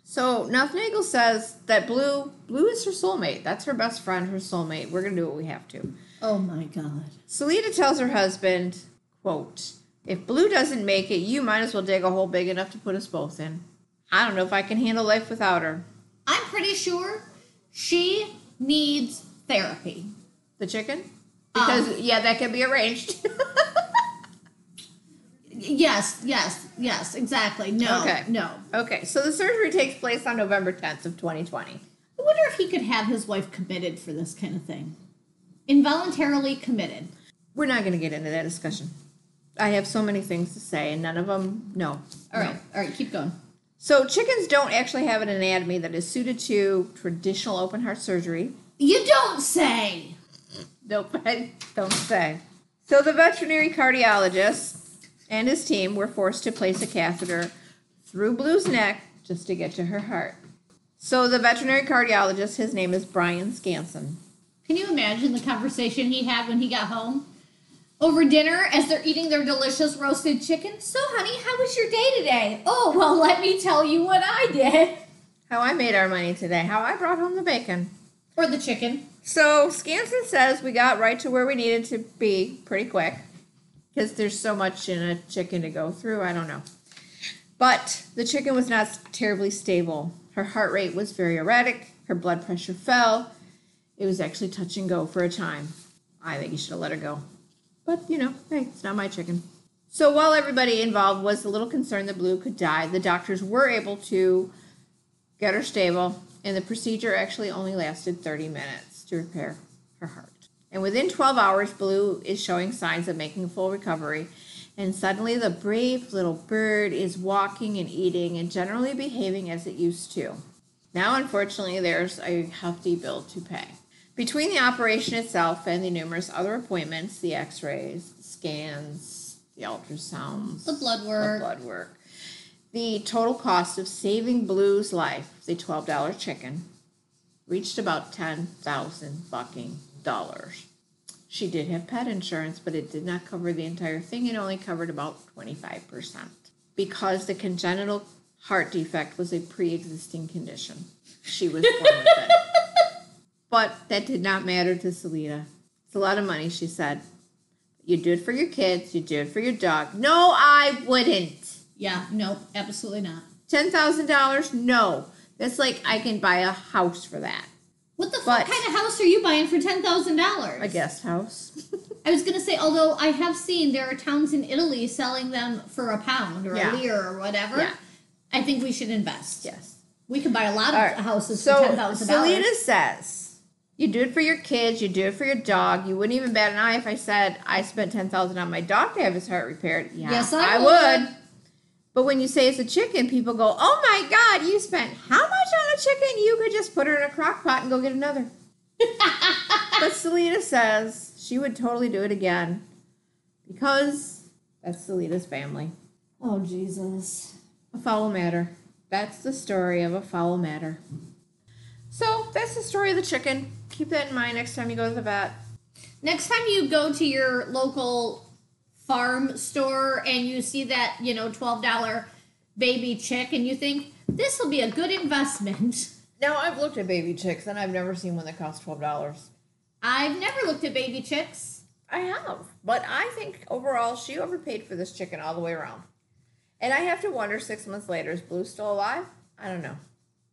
B: So Nathaniel says that Blue, Blue is her soulmate. That's her best friend, her soulmate. We're going to do what we have to.
C: Oh my god.
B: Selena tells her husband, quote, if Blue doesn't make it, you might as well dig a hole big enough to put us both in. I don't know if I can handle life without her.
C: I'm pretty sure she needs therapy.
B: The chicken? Because yeah, that can be arranged. *laughs*
C: Yes, yes, yes, exactly. No,
B: Okay.
C: Oh, no.
B: okay, so the surgery takes place on November 10th of 2020.
C: I wonder if he could have his wife committed for this kind of thing. Involuntarily committed.
B: We're not going to get into that discussion. I have so many things to say and none of them no.
C: All right, all right, keep going.
B: So chickens don't actually have an anatomy that is suited to traditional open heart surgery.
C: You don't say. *laughs*
B: Nope, I don't say. So the veterinary cardiologist and his team were forced to place a catheter through Blue's neck just to get to her heart. So the veterinary cardiologist, his name is Brian Scanson.
C: Can you imagine the conversation he had when he got home? Over dinner, as they're eating their delicious roasted chicken. So, honey, how was your day today? Oh, well, let me tell you what I did.
B: How I made our money today, how I brought home the bacon.
C: Or the chicken.
B: So Scanson says we got right to where we needed to be pretty quick because there's so much in a chicken to go through. I don't know. But the chicken was not terribly stable. Her heart rate was very erratic. Her blood pressure fell. It was actually touch and go for a time. I think you should have let her go. But, you know, hey, it's not my chicken. So while everybody involved was a little concerned that Blue could die, the doctors were able to get her stable, and the procedure actually only lasted 30 minutes to repair her heart. And within 12 hours, Blue is showing signs of making a full recovery. And suddenly, the brave little bird is walking and eating and generally behaving as it used to. Now, unfortunately, there's a hefty bill to pay. Between the operation itself and the numerous other appointments, the x rays, scans, the ultrasounds,
C: The blood
B: the
C: work.
B: blood work. The total cost of saving Blue's life, the twelve dollar chicken, reached about ten thousand fucking dollars. She did have pet insurance, but it did not cover the entire thing. It only covered about twenty five percent because the congenital heart defect was a pre existing condition. She was born with it, but that did not matter to Selena. It's a lot of money, she said. You do it for your kids. You do it for your dog. No, I wouldn't.
C: Yeah, nope, absolutely not.
B: Ten thousand dollars? No. That's like I can buy a house for that.
C: What the fuck
B: But-
C: kind of house are you buying for ten thousand dollars?
B: A guest house.
C: I was gonna say, although I have seen there are towns in Italy selling them for a pound or
B: Yeah.
C: a lire or whatever.
B: Yeah.
C: I think we should invest.
B: yes.
C: We could buy a lot of
B: All right.
C: houses for
B: So
C: ten thousand dollars.
B: Selena says You do it for your kids. You do it for your dog. You wouldn't even bat an eye if I said I spent ten thousand on my dog to have his heart repaired. Yeah,
C: Yes, I would.
B: But when you say it's a chicken, people go, "Oh my God, you spent how much on a chicken? You could just put her in a crock pot and go get
C: *laughs*
B: another." but Selena says she would totally do it again because that's Selena's family.
C: Oh, Jesus.
B: A foul matter. That's the story of a foul matter. So that's the story of the chicken. Keep that in mind next time you go to the vet.
C: Next time you go to your local farm store and you see that, you know, $12 baby chick and you think, this will be a good investment.
B: Now I've looked at baby chicks and I've never seen one that costs twelve dollars.
C: I've never looked at baby chicks.
B: I have, but I think overall she overpaid for this chicken all the way around. And I have to wonder six months later is Blue still alive? I don't know.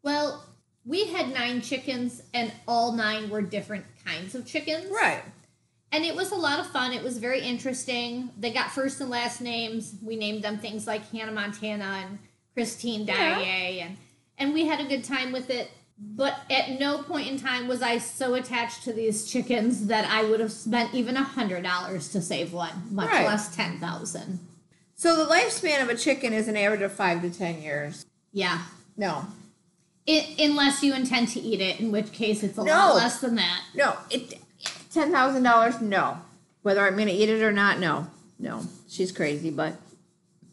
C: Well, we had nine chickens and all nine were different kinds of chickens.
B: Right.
C: And it was a lot of fun. It was very interesting. They got first and last names. We named them things like Hannah Montana and Christine
B: Yeah.
C: Daae and and we had a good time with it. But at no point in time was I so attached to these chickens that I would have spent even a hundred dollars to save one, much
B: Right.
C: less ten thousand.
B: So the lifespan of a chicken is an average of five to ten years.
C: Yeah.
B: No.
C: It, unless you intend to eat it, in which case it's a
B: No.
C: lot less than that.
B: No. It ten thousand dollars, no. Whether I'm gonna eat it or not, no. No. She's crazy, but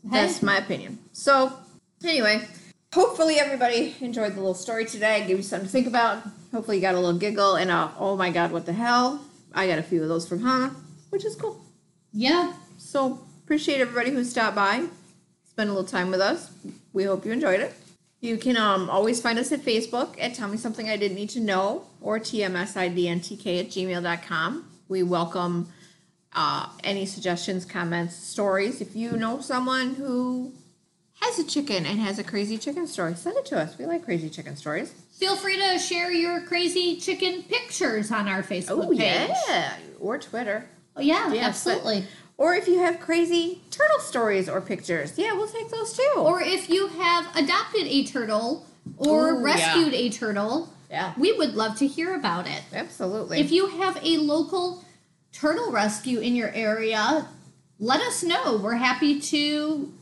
B: That's my opinion. So, anyway, hopefully everybody enjoyed the little story today. Give you something to think about. Hopefully you got a little giggle and a oh my god, what the hell? I got a few of those from Hannah, which is cool.
C: Yeah.
B: So appreciate everybody who stopped by, spent a little time with us. We hope you enjoyed it. You can um, always find us at Facebook at Tell Me Something I Didn't Need to Know or TMSIDNTK at gmail.com. We welcome uh, any suggestions, comments, stories. If you know someone who has a chicken and has a crazy chicken story, send it to us. We like crazy chicken stories.
C: Feel free to share your crazy chicken pictures on our Facebook
B: Oh,
C: page.
B: yeah. Or Twitter.
C: Oh, yeah,
B: Yeah,
C: absolutely.
B: Or if you have crazy turtle stories or pictures. Yeah, we'll take those too.
C: Or if you have adopted a turtle or
B: Ooh, yeah.
C: rescued a turtle,
B: Yeah.
C: we would love to hear about it.
B: Absolutely.
C: If you have a local turtle rescue in your area, let us know. We're happy to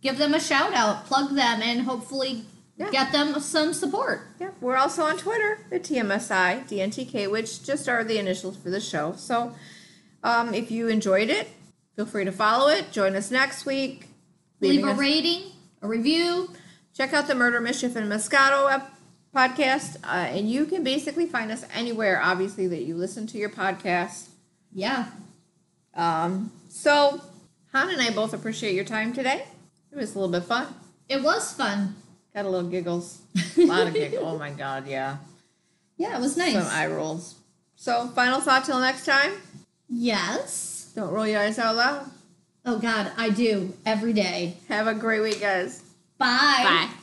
C: give them a shout out, plug them, and hopefully
B: Yeah.
C: get them some support.
B: yeah, we're also on Twitter at TMSI DNTK, which just are the initials for the show. So um, if you enjoyed it, feel free to follow it. Join us next week.
C: Leave
B: Leaving
C: a
B: us-
C: rating, a review.
B: Check out the Murder, Mischief, and Moscato ep- podcast. Uh, and you can basically find us anywhere, obviously, that you listen to your podcast.
C: Yeah.
B: Um, so, Han and I both appreciate your time today. It was a little bit fun.
C: It was fun.
B: Got a little giggles. A lot of
C: *laughs*
B: giggles. Oh my God, yeah.
C: Yeah, it was nice.
B: Some eye rolls. So, final thought till next time.
C: yes.
B: Don't roll your eyes out loud.
C: Oh, God, I do every day.
B: Have a great week, guys.
C: Bye.
B: Bye.